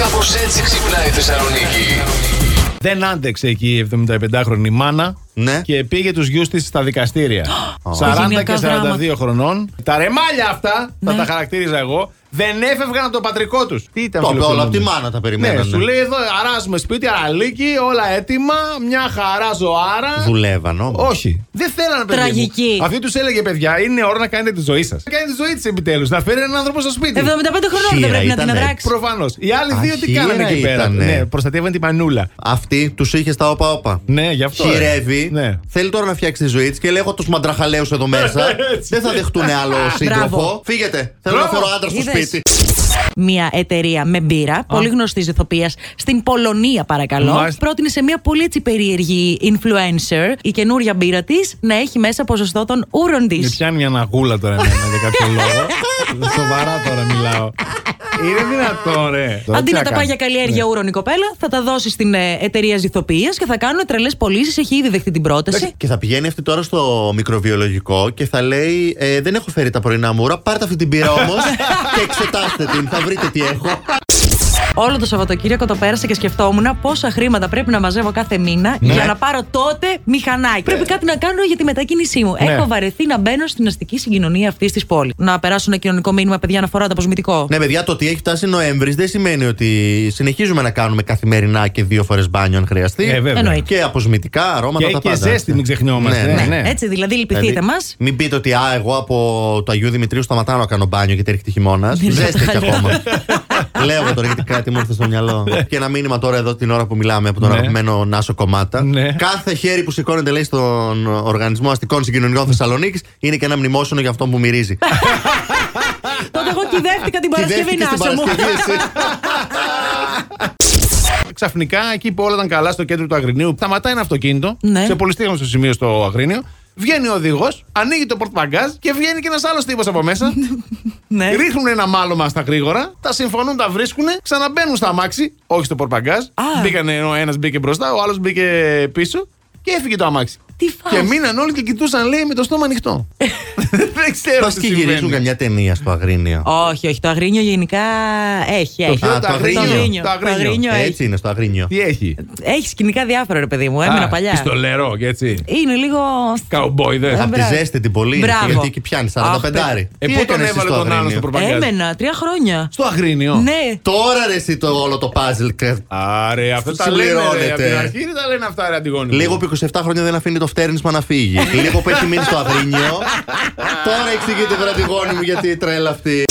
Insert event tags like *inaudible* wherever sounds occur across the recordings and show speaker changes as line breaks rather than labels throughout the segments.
Κάπως έτσι ξυπνάει η Θεσσαλονίκη.
Δεν άντεξε εκεί η 75χρονη μάνα
Ναι.
και πήγε τους γιους της στα *gasps* δικαστήρια. 40 και
Οικογενειακά
42
δράματα.
χρονών. Τα ρεμάλια αυτά, θα
Ναι.
τα χαρακτήριζα εγώ, δεν έφευγαν από το πατρικό τους. Τι ήταν
Το-
φιλοξενούμενοι.
όλα απ' τη μάνα τα περιμένανε.
Ναι, σου λέει εδώ αράζουμε σπίτι, αραλίκι, όλα έτοιμα, μια χαρά ζωάρα.
Δουλεύαν όμως.
Όχι. Δεν θέλανε παιδιά.
Τραγική.
Αυτή τους έλεγε παιδιά, είναι ώρα να κάνετε τη ζωή σας. Να κάνετε τη ζωή της επιτέλους. Να φέρει έναν άνθρωπο στο σπίτι.
75 χρονών
Χείρα
δεν πρέπει να την
ήτανε.
αδράξεις.
Προφανώς. Οι άλλοι
Α,
δύο τι
χείρα
κάνανε εκεί πέρα.
ήτανε.
Ναι, προστατεύαν τη μανούλα.
Αυτή τους είχε τα όπα-όπα.
Ναι, γι' αυτό. ε.
Χειρεύει.
Ναι.
Θέλει τώρα να φτιάξει τη ζωή της και λέει: Έχω τους μαντραχαλαίους εδώ μέσα.
*laughs* Έτσι.
Δεν θα δεχτούν άλλο σύντροφο.
Μπράβο.
Φύγετε. Θέλω να
Μπράβο.
φέρω άντρα στο
Είδες.
σπίτι.
Μια εταιρεία με μπύρα, πολύ γνωστή ηθοποιίας, στην Πολωνία παρακαλώ,
Μάλιστα.
πρότεινε σε μια πολύ έτσι περίεργη influencer η καινούρια μπύρα της να έχει μέσα ποσοστό των ούρων της.
Με πιάνει μια ναγούλα τώρα εμένα για κάποιο λόγο. Σοβαρά τώρα μιλάω. Είναι δυνατόν, ρε. Τώρα
Αντί
τι
να τα
κάνω. Ναι.
πάει για καλλιέργεια ούρων η κοπέλα, θα τα δώσει στην ε, εταιρεία ζυθοποιίας και θα κάνουν τρελές πωλήσεις. Έχει ήδη δεχτεί την πρόταση.
Και θα πηγαίνει αυτή τώρα στο μικροβιολογικό και θα λέει: «Ε, Δεν έχω φέρει τα πρωινά μούρα. Πάρτε αυτή την πύρα όμως και εξετάστε την. Θα βρείτε τι έχω.
Όλο το Σαββατοκύριακο το πέρασα και σκεφτόμουν πόσα χρήματα πρέπει να μαζεύω κάθε μήνα
Ναι.
για να πάρω τότε μηχανάκι. Πρέπει κάτι να κάνω για τη μετακίνησή μου.
Ναι.
Έχω βαρεθεί να μπαίνω στην αστική συγκοινωνία αυτής της πόλης. Να περάσω ένα κοινωνικό μήνυμα, παιδιά, να φοράω ανταποσμητικό.
Ναι, παιδιά, το ότι έχει φτάσει Νοέμβρη δεν σημαίνει ότι συνεχίζουμε να κάνουμε καθημερινά και δύο φορές μπάνιο αν χρειαστεί.
Ε, βέβαια.
Εννοείται.
Και αποσμητικά, αρώματα,
Και-
τα
και
πάντα.
ζέστη, μην ξεχνιόμαστε.
Ναι, ναι.
Ναι.
Έτσι, δηλαδή, λυπηθείτε
Δηλαδή,
μας.
Μην πείτε ότι α, εγώ από το Αγίου Δημητρίου σταματάω να κάνω μπάνιο γιατί έρχεται χειμώνα.
Μην
Ζέστη έχει
ρωτάτε.
ακόμα. Λέω εγώ τώρα γιατί κάτι μου ήρθε στο μυαλό. και ένα μήνυμα τώρα εδώ την ώρα που μιλάμε από τον
Ναι.
αγαπημένο Νάσο Κομμάτα.
Ναι.
Κάθε χέρι που σηκώνεται λέει στον Οργανισμό Αστικών Συγκοινωνιών Θεσσαλονίκης είναι και ένα μνημόσυνο για αυτό που μυρίζει.
Τότε εγώ κυδεύτηκα την
*laughs*
Παρασκευή,
Κυδεύτηκε στην
Νάσο μου.
Παρασκευή, εσύ.
Ξαφνικά, εκεί που όλα ήταν καλά στο κέντρο του Αγρινίου, σταματάει ένα αυτοκίνητο
Ναι.
σε πολυστήγμα στο σημείο στο Αγρίνιο. Βγαίνει ο οδηγός, ανοίγει το πορτμπαγκάζ και βγαίνει και ένας άλλος τύπος από μέσα.
*laughs* Ναι.
Ρίχνουν ένα μάλωμα στα γρήγορα, τα συμφωνούν, τα βρίσκουν, ξαναμπαίνουν στα αμάξι, όχι στο πορτμπαγκάζ.
Α.
Μπήκανε, ο ένας μπήκε μπροστά, ο άλλος μπήκε πίσω και έφυγε το αμάξι.
Τι Ε. φάση.
Και μείναν όλοι και κοιτούσαν, λέει, με το στόμα ανοιχτό. *laughs* Δεν ξέρω.
Πας
τι
και
συμβαίνει.
γυρίζουν καμιά ταινία στο Αγρίνιο.
Όχι, όχι, το αγρίνιο γενικά έχει. έχει.
ποιο, το αγρίνιο.
Το
Το
αγρίνιο.
αγρίνιο έχει.
Έτσι είναι στο Αγρίνιο.
Τι έχει.
Έχει σκηνικά διάφορα, ρε παιδί μου. Έμενα
Α,
παλιά.
Πιστολερό, και έτσι.
Είναι λίγο.
Καουμπόιδε.
Απ' τη
Μπράβο.
ζέστη την πολύ. είναι,
Μπράβο.
Γιατί εκεί πιάνεις
Αχ,
45.
Ε,
Τι
πού τον
έκανες εσύ
έβαλε τον άλλο
Αγρίνιο?
στο πορτμπαγκάζ.
Έμενα τρία χρόνια.
Στο Αγρίνιο.
Ναι.
Τώρα ρε εσύ το όλο το puzzle. κα-
Άρε, αυτό τα λένε. ρε,
Συμπληρώνεται.
απ' την αρχή δεν τα λένε αυτά, ρε Αντιγόνη.
Ναι.
μου.
Λίγο που 27 χρόνια δεν αφήνει το φτέρνισμα να
*laughs*
φύγει. Λίγο που έχει μείνει στο Αγρίνιο. Τώρα εξηγείται βραδιγόνι μου γιατί η τρέλα αυτή.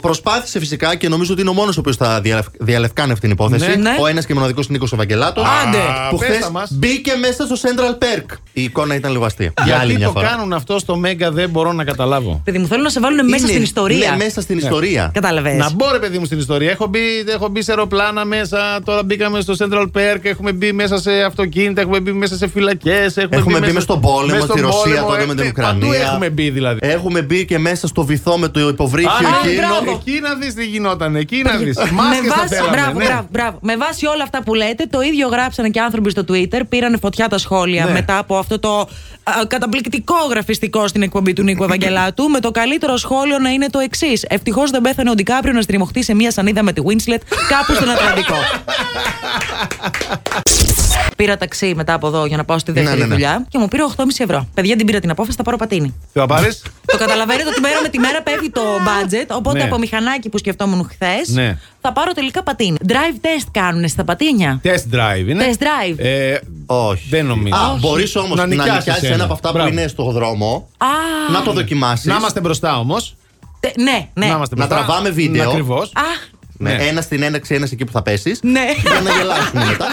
Προσπάθησε φυσικά και νομίζω ότι είναι ο μόνος ο οποίος θα διαλευ- διαλευκάνει αυτή την υπόθεση.
Ναι.
Ο ένας και μοναδικός Νίκο Ευαγγελάτο.
Άντε.
Που
πες τα
χθε
μας.
μπήκε μέσα στο Central Perk. Η εικόνα ήταν λίγο αστεία. Για άλλη
Γιατί
μια
το
φορά.
κάνουν αυτό στο Μέγκα δεν μπορώ να καταλάβω.
Παιδί μου, θέλω να σε βάλουν μέσα
Είναι-
στην ιστορία.
Ναι, μέσα στην ιστορία.
Κατάλαβες.
Να μπω ρε παιδί μου στην ιστορία. Έχω μπει, έχω μπει σε αεροπλάνα μέσα, τώρα μπήκαμε στο Central Perk, έχουμε μπει μέσα σε αυτοκίνητα, έχουμε μπει μέσα σε φυλακές. Έχουμε,
Έχουμε μπει
μέσα
μέσα στον πόλεμο,
μέσα
στη
στον
Ρωσία,
πόλεμο,
τότε με την
ε,
Ουκρανία. Ε,
Παντού έχουμε μπει δηλαδή.
Έχουμε μπει και μέσα στο βυθό με το υποβρύχιο
Άρα,
Α, ναι,
εκείνο.
μπράβο.
Εκεί να δεις τι γινόταν, εκεί να δεις.
Με
Μάσκες θα
βάση,
θέλαμε.
μπράβο,
ναι.
μπράβο, μπράβο. Με βάση όλα αυτά που λέτε, το ίδιο γράψανε και άνθρωποι στο Twitter. Πήρανε φωτιά τα σχόλια
Ναι.
μετά από αυτό το α, καταπληκτικό γραφιστικό στην εκπομπή του Νίκου Ευαγγελάτου. με το καλύτερο σχόλιο να είναι το εξής. Ευτυχώς δεν πέθανε ο Ντικάπριο να στριμωχτεί σε μία σανίδα με τη Winslet κάπου στον Ατλαντικό. πήρα ταξί μετά από εδώ για να πάω στη δεύτερη
ναι, ναι.
δουλειά και μου πήρε 8,5 ευρώ. Παιδιά την πήρα την απόφαση, θα πάρω πατίνι.
Τι θα πάρεις.
Το καταλαβαίνετε ότι μέρα με τη μέρα πέφτει το budget. Οπότε
Ναι.
από μηχανάκι που σκεφτόμουν χθες
Ναι.
θα πάρω τελικά πατίνι. Drive test κάνουν στα πατίνια.
Test drive είναι.
Test drive.
Ε,
Όχι.
Δεν νομίζω.
Α,
Όχι.
μπορείς όμως
Να
να
νοικιάσεις
νοικιάσεις
ένα.
ένα από αυτά που
Μπράβο.
είναι στο δρόμο.
Α,
Να το δοκιμάσεις.
να είμαστε μπροστά όμως.
τε- ναι, ναι.
Να είμαστε
Να
μπροστά.
τραβάμε βίντεο.
Ακριβώς.
Α,
Ναι.
Ναι.
Ένα στην έναξη, ένας εκεί που θα πέσεις.
Ναι.
Για να γελάσουμε
*laughs*
μετά.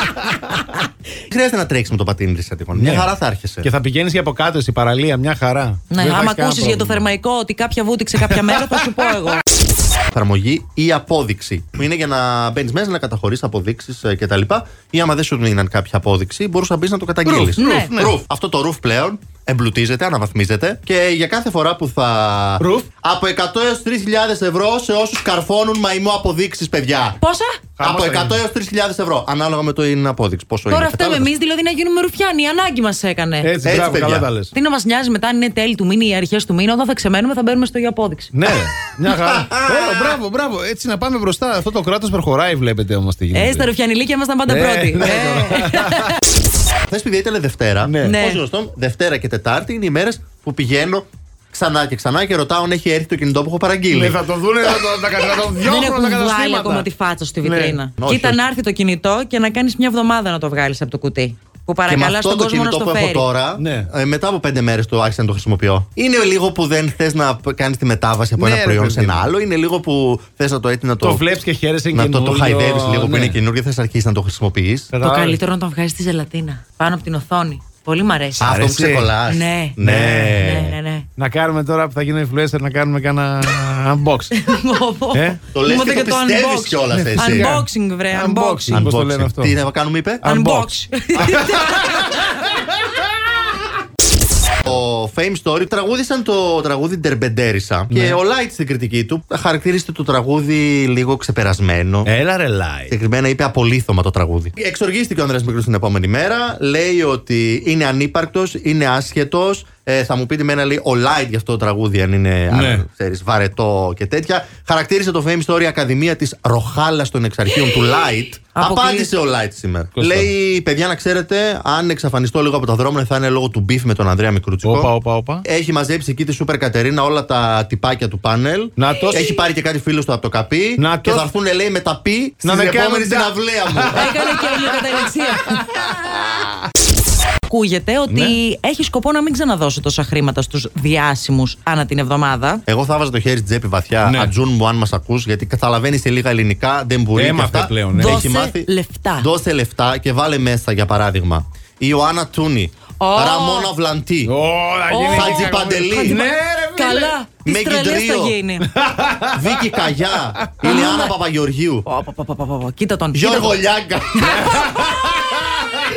Χρειάζεται να τρέξεις με το πατίνι τη Αντιγόνη.
Ναι.
Μια χαρά θα άρχεσαι.
Και θα πηγαίνεις και από κάτω στην παραλία, μια χαρά.
ναι.
Δεν θα
Άμα
έχεις κανένα
ακούσει για το
πρόβλημα.
θερμαϊκό ότι κάποια βούτυξε κάποια μέρα, θα σου πω
*laughs*
εγώ.
Εφαρμογή ή απόδειξη. Που είναι για να μπαίνεις μέσα, να ε, καταχωρεί αποδείξει κτλ. Ή άμα δεν σου δίναν κάποια απόδειξη, μπορούσε να μπει να το καταγγείλει.
Proof, ναι.
Αυτό το ρουφ πλέον εμπλουτίζεται, αναβαθμίζεται και για κάθε φορά που θα.
Proof.
Από 100 έω 3.000 ευρώ σε όσους καρφώνουν μαϊμό αποδείξεις, παιδιά.
Πόσα?
Από
Χαμός θα
100 έω 3.000 ευρώ. Ανάλογα με την απόδειξη. Πόσο
Τώρα
είναι.
φταίμε
κατάλαβες?
εμείς, δηλαδή να γίνουμε ρουφιάνοι. Η ανάγκη μας έκανε.
Έτσι,
Έτσι,
μπράβο, καλά
παιδιά.
τα λες.
Τι να μας νοιάζει μετά αν είναι τέλη του μήνα ή αρχές του μήνα, όταν θα ξεμένουμε θα μπαίνουμε στο για απόδειξη.
Ναι, ρε, μια χαρά. Ωραία, μπράβο, μπράβο. Έτσι να πάμε μπροστά. Αυτό το κράτος προχωράει, βλέπετε όμως τι γίνεται.
Ε, στα ρουφιανιλίκια ήμασταν πάντα
Ε,
πρώτοι.
ναι,
Ε,
Χθε παιδιά ήταν Δευτέρα.
Ναι.
Ναι.
Ως γνωστόν, Δευτέρα και Τετάρτη είναι οι μέρες που πηγαίνω ξανά και ξανά και ρωτάω αν έχει έρθει το κινητό που έχω παραγγείλει.
Ναι, θα το δούνε, θα το- θα κα- θα το
Δεν
διώχνουν τα
έχουν βάλει ακόμα
καταστήματα.
τη φάτσα στη
Ναι.
βιτρίνα.
Όχι,
Κοίτα
όχι.
να έρθει το κινητό και να κάνεις μια εβδομάδα να το βγάλεις από το κουτί. Που
Και με
παρακαλά
αυτό
τον
το
κόσμο να
κινητό
στο
που έχω
φέρει.
τώρα,
Ναι.
ε, μετά από πέντε μέρες το άρχισα να το χρησιμοποιώ. Είναι λίγο που δεν θες να κάνεις τη μετάβαση από
Ναι,
ένα
ρε,
προϊόν
παιδί
σε ένα
μου.
άλλο. Είναι λίγο που θες να το έτσι να το.
Το βλέπεις και χαίρεσαι
να το, το
καινούριο,
χαϊδεύεις λίγο που
ναι.
είναι καινούργιο και θε αρχίσεις να το χρησιμοποιείς.
Το
Κατάλαβες.
καλύτερο να το βγάζει στη ζελατίνα. Πάνω από την οθόνη. Πολύ μ' αρέσει.
Αυτό που
Αρέσει.
ξεκολλάς.
Ναι. Ναι, ναι, ναι.
Να κάνουμε τώρα που θα γίνω influencer να κάνουμε κάνα unboxing. Ε?
Το λες
Μου
και το
έκανε
πιστεύεις
unboxing.
κιόλας, έτσι.
Ναι. Unboxing, βρε,
Unboxing.
unboxing.
Πώς το λένε αυτό.
Τι να κάνουμε, είπε.
Α.
Unbox.
Το Fame Story τραγούδισαν το τραγούδι Ντερμπεντέρισα.
Ναι.
Και ο Light στην κριτική του χαρακτήρισε το τραγούδι λίγο ξεπερασμένο.
Έλα ρε λάι.
Συγκεκριμένα είπε απολύθωμα το τραγούδι. Εξοργίστηκε ο Ανδρέας Μικρούς την επόμενη μέρα. Λέει ότι είναι ανύπαρκτος, είναι άσχετος. Ε, θα μου πείτε εμένα λέει ο Light για αυτό το τραγούδι, αν είναι
Ναι.
αν, ξέρεις, βαρετό και τέτοια. Χαρακτήρισε το Fame Story Ακαδημία της Ροχάλας των Εξαρχείων του
*laughs*
Light.
Αποκλείστηκε.
Απάντησε ο Light σήμερα.
Κώστα.
Λέει, παιδιά, να ξέρετε, αν εξαφανιστώ λίγο από τα δρόμενα θα είναι λόγω του μπιφ με τον Ανδρέα Μικρούτσικο.
Όπα, όπα, όπα.
Έχει μαζέψει εκεί τη Σούπερ Κατερίνα όλα τα τυπάκια του πάνελ.
Να το-
Έχει πάρει και κάτι φίλο του από το καπί.
Να
και
το-
θα έρθουν, λέει, με τα πι
Να
στην
με κάνουν
επόμενη
τα-
συναυλία μου.
*laughs*
*laughs*
Έκανε και ηλιοκαταληξία. Ακούγεται ότι
Ναι.
έχει σκοπό να μην ξαναδώσει τόσα χρήματα στους διάσημους ανά την εβδομάδα.
Εγώ θα βάζα το χέρι στην τσέπη βαθιά.
Ναι.
Ατζούν μου, αν μας ακούς, γιατί καταλαβαίνεις σε λίγα ελληνικά, δεν μπορεί
Έμαθε
και αυτά.
πλέον, ναι.
Έχει
Δώσε
μάθει.
λεφτά.
Δώσε λεφτά και βάλε μέσα, για παράδειγμα. Η Ιωάννα Τούνη.
Ω.
Ραμόνα Βλαντή.
Ωρα,
Ω.
γίνει
Χατζη
και
Παντελή.
κακομοίρα. Ναι, ρε, φίλε.
Καλά. Τι
Μέγι
τρελέ θα
Ντρίο.
γίνει.
Βίκυ Καγιά. Ηλιάνα Παπαγεωργίου.
Πω, πω, πω, πω, πω, πω. Κοίτα τον. κοίτα
Γιώργο
τον.
Λιάγκα.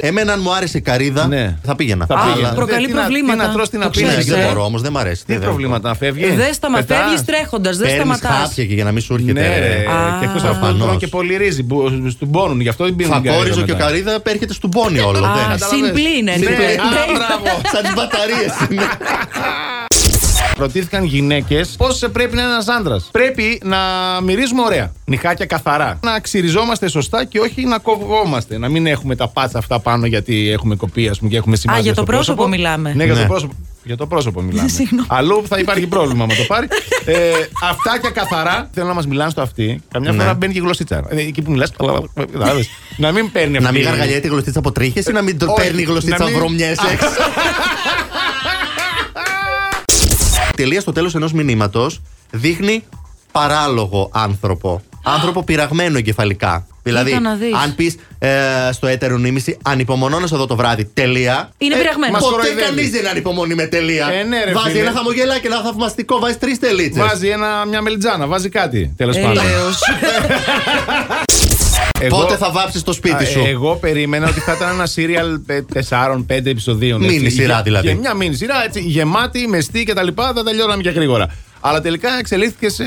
Εμένα, αν μου άρεσε η καρίδα,
Ναι.
θα πήγαινα.
Θα
Αλλά-
πήγαινα.
Αλλά- προκαλεί
Δεν, τι να-
προβλήματα.
Τι να τρως, τι να
Το
πίνεις.
Ναι,
ξέρεις,
ε.
δεν μπορώ όμως, δεν μ' αρέσει.
Τι
δεν-
προβλήματα, φεύγει.
Δεν σταμα,
Πετάς.
φεύγεις τρέχοντας, δεν
Παίρνεις
σταματά.
χάπια και για να μην σου έρχεται.
Ναι, ρε.
ρε.
Και εκτός αυτού
προφανώς.
τρώω και πολύ ρύζι. μπο- Στον πόνουν, γι' αυτό δεν πίνουν.
Φακόριζο
καρύδα
και ο
μετά.
καρίδα έρχεται στον πόνι όλο.
Α,
δεν-
συμπλή είναι.
Ναι,
ναι.
α,
Ναι.
μπράβο.
Σαν τις μπαταρίες είναι.
Ρωτήθηκαν γυναίκες πώς πρέπει να είναι ένας άντρας. Πρέπει να μυρίζουμε ωραία. Νυχάκια καθαρά. Να ξυριζόμαστε σωστά και όχι να κοβόμαστε. Να μην έχουμε τα πάτσα αυτά πάνω γιατί έχουμε κοπεί, ας πούμε, και έχουμε σημάδια.
για το
στο
πρόσωπο μιλάμε.
Ναι, για το
Ναι.
πρόσωπο. Για το πρόσωπο μιλάμε.
*laughs* Συγγνώμη.
Αλλού θα υπάρχει πρόβλημα άμα το πάρει. ε, αυτά και καθαρά. Θέλω να μας μιλάνε στο αυτή. Καμιά φορά
Ναι.
μπαίνει και η γλωσσίτσα. Ε, εκεί που μιλάς. να μην παίρνει αυτή.
Να μην γαργαλιέται η γλωστίτσα από τρίχες ή να μην το
Όχι,
παίρνει η γλωστίτσα
να μην-
βρωμιές έξω. Τελεία στο τέλος ενός μηνύματος δείχνει παράλογο άνθρωπο. Άνθρωπο πειραγμένο εγκεφαλικά. Δηλαδή,
να δεις.
αν πεις στο έτερο νήμιση, ανυπομονώ να σε δω το βράδυ. Τελεία.
Είναι
Ε,
πειραγμένο.
μας
Ποτέ
κοροϊδεύει.
κανείς δεν ανυπομονεί με τελεία.
Ε, ναι, ρε,
βάζει
φίλε.
ένα χαμογελάκι, ένα θαυμαστικό, βάζει τρεις τελίτσες.
Βάζει ένα, μια μελιτζάνα, βάζει κάτι. Τέλος
Ε,
πάντων.
Έλεος.
Εγώ-
Πότε θα βάψεις το σπίτι
Α,
σου.
ε, Εγώ περίμενα ότι θα ήταν ένα serial 4-5 επεισοδίων.
Μίνι
έτσι.
σειρά
Γε-
δηλαδή.
γε- μια μίνι σειρά έτσι, γεμάτη, μεστή κτλ. Θα τελειώναμε και γρήγορα. Αλλά τελικά εξελίχθηκε σε.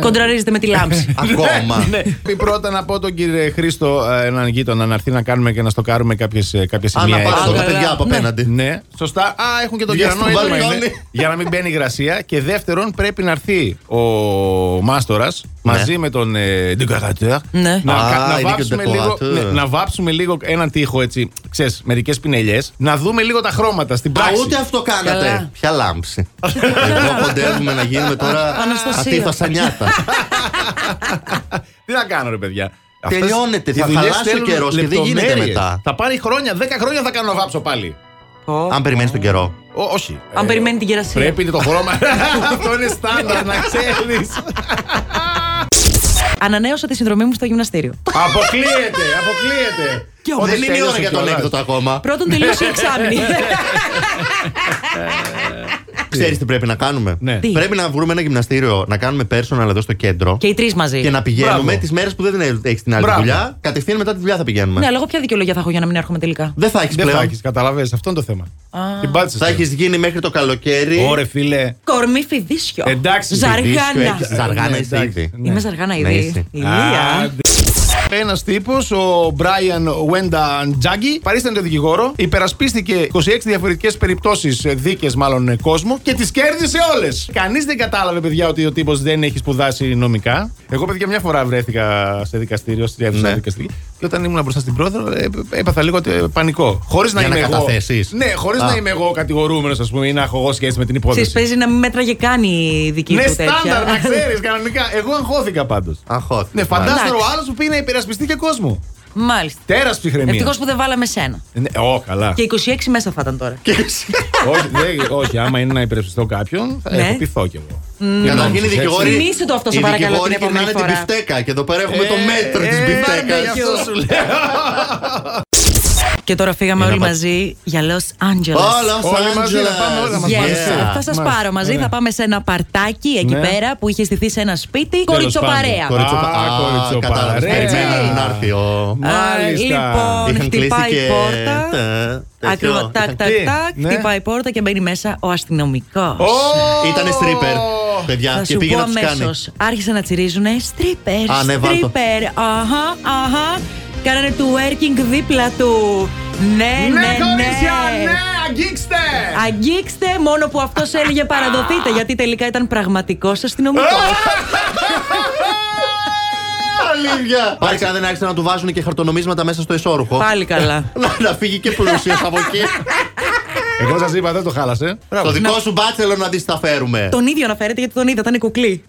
Κοντραρίζεται με τη λάμψη.
Ακόμα.
*laughs* Ναι. Πει Πρώτα να πω τον κύριε Χρήστο, ε, έναν γείτονα, να έρθει να κάνουμε και να στοκάρουμε κάποιες, ε, κάποια
Αν
σημεία. έξω.
πάρω τα
καλά.
παιδιά από
Ναι.
απέναντι.
Ναι, σωστά. Α, έχουν και τον
Βγες
κερανό
στο
έτοιμο
μπαλκόνι.
είναι, για να μην μπαίνει υγρασία. Και δεύτερον, πρέπει να έρθει ο Μάστορας
Ναι.
μαζί με τον ε, Decorateur.
Ναι.
Να,
Α,
κα- να
είναι και ο
βάψουμε λίγο,
Decorateur.
ναι, να βάψουμε λίγο έναν τοίχο έτσι, ξέρεις, μερικές πινελιές. Να δούμε λίγο τα χρώματα στην
Α,
πράξη.
ούτε αυτό κάνατε.
Καλά.
Ποια λάμψη. Εγώ κοντεύουμε να γίνουμε τώρα
Αναστασία.
ατίθα σανιάτα.
Τι θα κάνω, ρε παιδιά. Αυτές
Τελειώνεται,
οι
θα
δουλειές
χαλάσει ο
θέλουν
καιρός και δεν γίνεται
λεπτομέρειες.
μετά.
Θα πάρει χρόνια, 10 χρόνια θα κάνω να βάψω πάλι.
Ω.
Αν περιμένεις τον καιρό.
Ό, όχι.
Αν περιμένει την κερασία.
Πρέπει το χρώμα.
*laughs*
Αυτό είναι στάνταρ, να ξέρεις.
Ανανέωσα τη συνδρομή μου στο γυμναστήριο.
Αποκλείεται, αποκλείεται.
κι όμως.
Δεν είναι η ώρα
τέλειωσε
για τον
κιόλας.
έκδοτο ακόμα.
Πρώτον τελείωσε η εξάμηνη.
Ξέρεις τι πρέπει να κάνουμε.
Ναι.
Τι?
Πρέπει να βρούμε ένα γυμναστήριο να κάνουμε personal εδώ στο κέντρο
Και οι τρεις μαζί.
και να πηγαίνουμε
Μπράβο.
τις μέρες που δεν έχεις την άλλη
Μπράβο.
δουλειά. Κατευθείαν μετά τη δουλειά θα πηγαίνουμε.
Ναι, αλλά εγώ ποια δικαιολογία θα έχω για να μην έρχομαι τελικά.
Δεν θα έχεις
Δεν θα
πλέον.
έχεις, καταλαβαίνεις. Αυτό είναι το θέμα. Την πάτησες.
Θα έχεις γίνει μέχρι το καλοκαίρι.
Ωρε φίλε.
Κορμί φιδίσιο.
Εντάξει,
Ζαργάνα.
φιδίσιο, Ζαργάνα
Ναι,
είσαι
εντάξει,
ήδη.
ναι.
Είμαι ζαργάνα
Ναι,
ήδη.
είσαι.
Ηλία.
Ένας τύπος, ο Μπράιαν Wendan Τζάγκη, παρίστανε δικηγόρο, υπερασπίστηκε 26 διαφορετικές περιπτώσεις δίκες, μάλλον ε, κόσμο και τις κέρδισε όλες. Κανείς δεν κατάλαβε, παιδιά, ότι ο τύπος δεν έχει σπουδάσει νομικά. Εγώ, παιδιά, μια φορά βρέθηκα σε δικαστήριο, στη αίθουσα
Ναι.
δικαστική, και όταν ήμουν μπροστά στην πρόεδρο, ε, έπαθα λίγο ε, πανικό. Χωρίς να
Για να
είμαι εγώ.
καταθέσεις.
Ναι, χωρίς
Α.
να είμαι εγώ κατηγορούμενος, ας πούμε, ή να έχω εγώ σχέση με την υπόθεση.
Ξέρεις, παίζει να μην μέτραγε καν η δική
Ναι,
του τέτοια.
στάνταρ, να ξέρεις κανονικά. Εγώ αγχώθηκα πάντως.
Αγχώθηκα,
Ναι, φαντάζομαι ο
μάλιστα.
άλλος που πήγε να υπερασπιστεί και κόσμο.
*laughs* Μάλιστα.
Τέρας ψυχραιμία.
Ευτυχώς που δεν βάλαμε σένα.
Ναι, Ω, καλά.
Και 26 μέσα θα ήταν τώρα.
όχι, δεν- όχι, άμα είναι να υπερασπιστώ κάποιον, θα
Ναι.
έχω πειθώ κι εγώ.
Καταρχήν οι
Έτσι.
δικηγόροι.
Θυμήστε Ναι. το αυτό, σε
οι
παρακαλώ,
δικηγόροι
την επόμενη
γυρνάνε την
φορά.
πιφτέκα και εδώ πέρα έχουμε το μέτρο της
ε,
πιφτέκα.
μπαρμπεκιού.
Αυτό σου λέω.
Και τώρα φύγαμε
Για να
όλοι
πα-
μαζί για Los Angeles.
Όλα
Όλοι μαζί να πάμε όλα μαζί.
Yes.
Yeah.
Θα σας
Μας-
πάρω μαζί.
ναι.
Θα πάμε σε ένα παρτάκι εκεί
Ναι.
πέρα που είχε στηθεί σε ένα σπίτι.
πάντων.
Κοριτσοπαρέα.
Κορι- Α,
Κοριτσοπα.
κοριτσοπα.
Κατάλαβε.
Ρε.
Περιμέναν να έρθει ο.
Α,
Μάλιστα.
Λοιπόν,
Είχαν κλείσει
χτυπάει
και
η πόρτα.
τα- τέτοιο.
Ακριβώς. Τάκ,
Είχαν-
τάκ,
Τι?
τάκ.
Ναι.
Χτυπάει η πόρτα και μπαίνει μέσα ο αστυνομικός.
Ω!
Ήτανε stripper. Παιδιά,
Θα
και
σου
πήγε
πω
να τους κάνει.
αμέσως. Άρχισαν να τσιρίζουνε. Στρίπερ.
Α, ναι, βάλ' το.
Στρίπερ. Αχα, αχα. Κάνανε του working δίπλα του. Ναι, ναι,
Ναι,
ναι.
κορίτσια, ναι, αγγίξτε!
Αγγίξτε, μόνο που αυτός έλεγε παραδοθείτε, γιατί τελικά ήταν πραγματικός αστυνομικός.
Αλήθεια. Πάλι ξανά δεν άρχισαν να του βάζουν και χαρτονομίσματα μέσα στο εσώρουχο.
Πάλι καλά.
Να- Να φύγει και πλούσιος από εκεί.
Εγώ σας είπα, δεν το χάλασε.
Το δικό σου μπάτσελο να δει τα φέρουμε.
Τον ίδιο αναφέρεται γιατί τον είδα, ήταν κουκλή.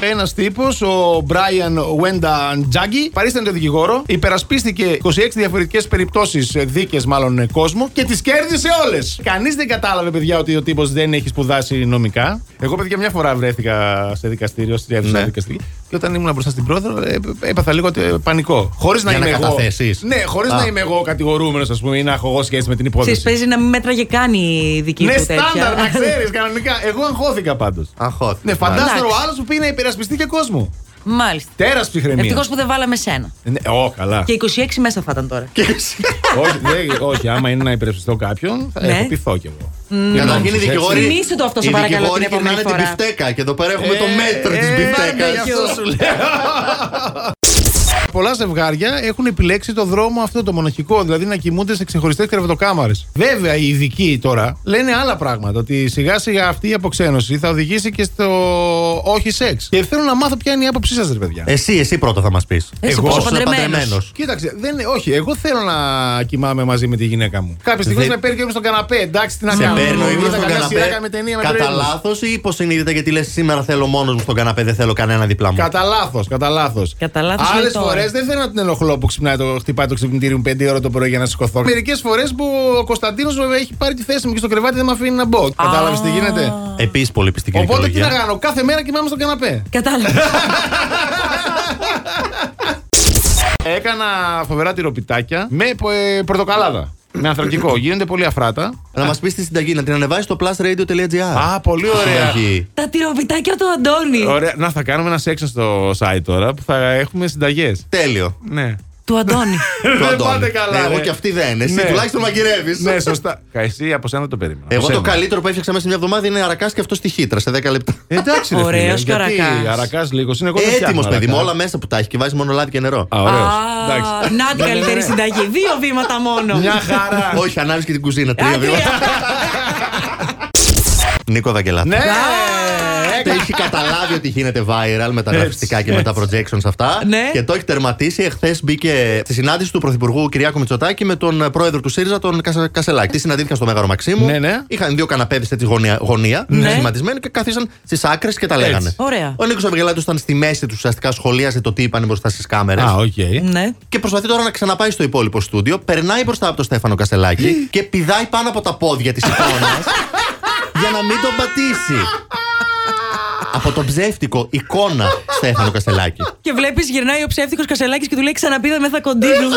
Ένας τύπος, ο Μπράιαν Wendan Τζάγκη, παρίστανε δικηγόρο, υπερασπίστηκε 26 διαφορετικές περιπτώσεις δίκες, μάλλον ε, κόσμο και τις κέρδισε όλες. Κανείς δεν κατάλαβε, παιδιά, ότι ο τύπος δεν έχει σπουδάσει νομικά. Εγώ, παιδιά, μια φορά βρέθηκα σε δικαστήριο, στη αίθουσα
Ναι.
δικαστική, και όταν ήμουν μπροστά στην πρόεδρο, ε, έπαθα λίγο ε, πανικό. Χωρίς να
Για να
είμαι εγώ.
καταθέσεις.
Ναι, χωρίς
Α.
να είμαι εγώ κατηγορούμενος, ας πούμε, ή να έχω εγώ σχέση με την
Ξέρεις,
υπόθεση.
παίζει να μην μέτραγε καν η δική
Ναι,
του τέτοια.
στάνταρ, να ξέρεις κανονικά. Εγώ αγχώθηκα πάντως.
Αχώθηκα.
Ναι, φαντάζομαι ο
Εντάξει.
άλλος που πήγε να υπερασπιστεί και κόσμο.
Μάλιστα.
Τέρας ψυχραιμίας.
Ευτυχώς που δεν βάλαμε σένα.
Ναι, Ω, καλά.
Και 26 μέσα θα ήταν τώρα.
όχι, δεν- όχι, άμα είναι να υπερασπιστώ κάποιον, θα
Ναι.
έχω πειθώ κι εγώ.
Καταρχήν οι
Νόμισες,
δικηγόροι.
έτσι.
Θυμήστε το αυτό, σε
οι
παρακαλώ,
δικηγόροι
την επόμενη
γυρνάνε την
φορά.
πιφτέκα και εδώ πέρα έχουμε το μέτρο της
ε,
πιφτέκα.
μπαρμπεκιού.
*laughs* Αυτό σου λέω.
Πολλά ζευγάρια έχουν επιλέξει το δρόμο αυτό, το μοναχικό, δηλαδή να κοιμούνται σε ξεχωριστές κρεβατοκάμαρες. Βέβαια, οι ειδικοί τώρα λένε άλλα πράγματα. Ότι σιγά σιγά αυτή η αποξένωση θα οδηγήσει και στο όχι σεξ. Και θέλω να μάθω ποια είναι η άποψή σας, ρε παιδιά.
Εσύ, εσύ πρώτα θα μας πεις.
Εσύ,
Εγώ
πόσο
όσο
παντρεμένος.
παντρεμένος.
Κοίταξε, δεν, όχι, εγώ θέλω να κοιμάμαι μαζί με τη γυναίκα μου. Κάποια στιγμή
Δε-
με παίρνει και ήμουν στον καναπέ. Εντάξει, τι να
Σε
κάνω.
παίρνω ήμουν
Είδα
στον
καμιά σειρά,
καναπέ.
κάμε ταινία με
Κατά
τρέλνες.
λάθος ή υποσυνείδητα γιατί λες σήμερα θέλω μόνος μου στον καναπέ, δεν θέλω κανένα δίπλα μου.
Κατά λάθος, κατά λάθος.
Κατά λάθος λοιπόν.
Άλλες
λέει τώρα.
φορές δεν θέλω να την ενοχλώ που ξυπνάει το, χτυπάει το ξυπνητήρι μου 5 ώρα το πρωί για να σηκωθώ. Μερικές φορές που ο Κωνσταντίνος έχει πάρει τη θέση μου και στο κρεβάτι δεν με αφήνει να μπω. Κατάλαβες τι γίνεται.
Επίσης πολύ πιστική
Οπότε τι να
δικαιολογία.
κάνω, κάθε μέρα κοιμάμαι στον καναπέ. *laughs*
Κατάλαβα.
Έκανα φοβερά τυροπιτάκια με ε, πορτοκαλάδα. με ανθρακικό. Γίνονται πολύ αφράτα.
Να μας πεις τη συνταγή, να την ανεβάσεις στο plusradio.gr.
Α, πολύ ωραία.
Συνταγή.
Τα τυροβιτάκια του Αντώνη.
Ωραία. Να, θα κάνουμε ένα section στο site τώρα που θα έχουμε συνταγές.
Τέλειο.
Ναι.
Του Αντώνη.
Του
δεν
Αντώνη.
πάτε καλά.
Ναι, εγώ
ρε.
και αυτή δεν. Εσύ
Ναι.
τουλάχιστον μαγειρεύεις.
Ναι, σωστά. Κα, Εσύ από σένα το περίμενα.
Εγώ
Από
το
σένα.
καλύτερο που έφτιαξα μέσα σε μια εβδομάδα είναι αρακάς και αυτό στη χύτρα σε 10 λεπτά.
Εντάξει, ρε
Ωραίος
φίλε,
και ο
γιατί
Αρακάς.
Αρακάς λίγος είναι. Εγώ δεν
Έτοιμο
φτιάχνω
παιδί μου,
Αρακά.
όλα μέσα που τα έχεις και βάζεις μόνο λάδι και νερό.
Α, ωραίος.
Α,
Εντάξει. Ναι,
Να την καλύτερη συνταγή. Δύο βήματα μόνο.
Μια
*laughs*
χαρά.
Όχι, ανάβει και την
Ε,
κουζίνα. Τρία
Άκρη.
βήματα. Νίκο Ευαγγελάτο.
Ναι,
Το
έκανα.
έχει καταλάβει ότι γίνεται viral με τα γραφιστικά και με τα projections αυτά.
Ναι.
Και το έχει τερματίσει. Εχθές μπήκε στη συνάντηση του Πρωθυπουργού Κυριάκου Μητσοτάκη με τον ε, πρόεδρο του ΣΥΡΙΖΑ, τον Κασα- Κασελάκη. Τι συναντήθηκαν στο Μέγαρο Μαξίμου.
Ναι, ναι.
Είχαν δύο καναπέδες έτσι γωνία, γωνία ε,
Ναι.
σχηματισμένοι και καθίσαν στις άκρες και τα λέγανε.
Ωραία.
Ο Νίκος Ευαγγελάτο ήταν στη μέση του ουσιαστικά σχολίασε το τι είπαν μπροστά στις κάμερες.
Α, οκ.
Ναι.
Και προσπαθεί τώρα να ξαναπάει στο υπόλοιπο στούντιο. Περνάει μπροστά από τον Στέφανο Κασελάκη και πηδάει πάνω από τα πόδια της εικόνας για να μην τον πατήσει. από τον ψεύτικο εικόνα Στέφανο Καστελάκη.
Και βλέπεις γυρνάει ο ψεύτικος Κασελάκη και του λέει Ξαναπίδαμε θα κοντίνου.
*laughs*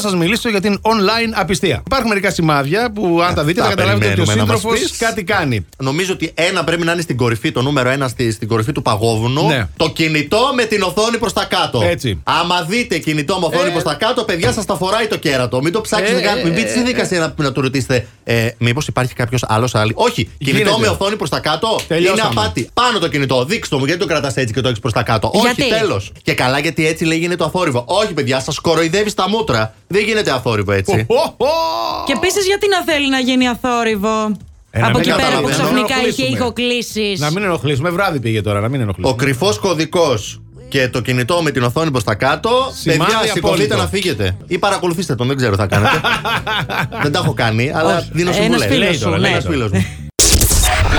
Θα σας μιλήσω για την online απιστία. Υπάρχουν μερικά σημάδια που αν τα δείτε
Ε, τα
θα καταλάβετε ότι ο
περιμένουμε να
σύντροφο
μας πεις.
κάτι κάνει.
Νομίζω ότι ένα πρέπει να είναι στην κορυφή, το νούμερο ένα στη- στην κορυφή του παγόβουνου.
Ναι.
Το κινητό με την οθόνη προς τα κάτω.
Έτσι.
Άμα δείτε κινητό με οθόνη
Ε.
προς προ τα κάτω, παιδιά σας τα φοράει το κέρατο. Μην το ψάξετε.
Ε,
καν, μην
ε,
μπείτε στη δικασία να, να του ρωτήσετε, ε, Μήπως υπάρχει κάποιος άλλος άλλη. Όχι, κινητό
Γίνεται.
με οθόνη προς τα κάτω
Τελειώσαμε.
είναι απάτη. Πάνω το κινητό, δείξτε μου, γιατί το κρατάς έτσι και το έχεις προς τα κάτω. Όχι,
Γιατί?
τέλος. Και καλά, γιατί έτσι λέει γίνεται το αθόρυβο. Όχι, παιδιά, σας κοροϊδεύει τα μούτρα. Δεν γίνεται αθόρυβο έτσι.
και επίσης γιατί να θέλει να γίνει αθόρυβο.
Ε, να
από
μην
εκεί πέρα
καταλαβαίνω.
που ξαφνικά είχε
Ενοχλήσουμε.
ηχοκλήσει.
Να μην ενοχλήσουμε, βράδυ πήγε τώρα, να μην
Ο
ενοχλήσουμε.
κρυφός κωδικός και το κινητό με την οθόνη προς τα κάτω.
Σημάδι
παιδιά, σηκωθείτε
απόλυτο.
να φύγετε. Ή παρακολουθήστε τον, δεν ξέρω τι θα κάνετε. δεν τα έχω κάνει, αλλά
Όχι.
δίνω
Ένας
συμβουλέ.
φίλος
σου, ναι.
Ένας φίλος μου.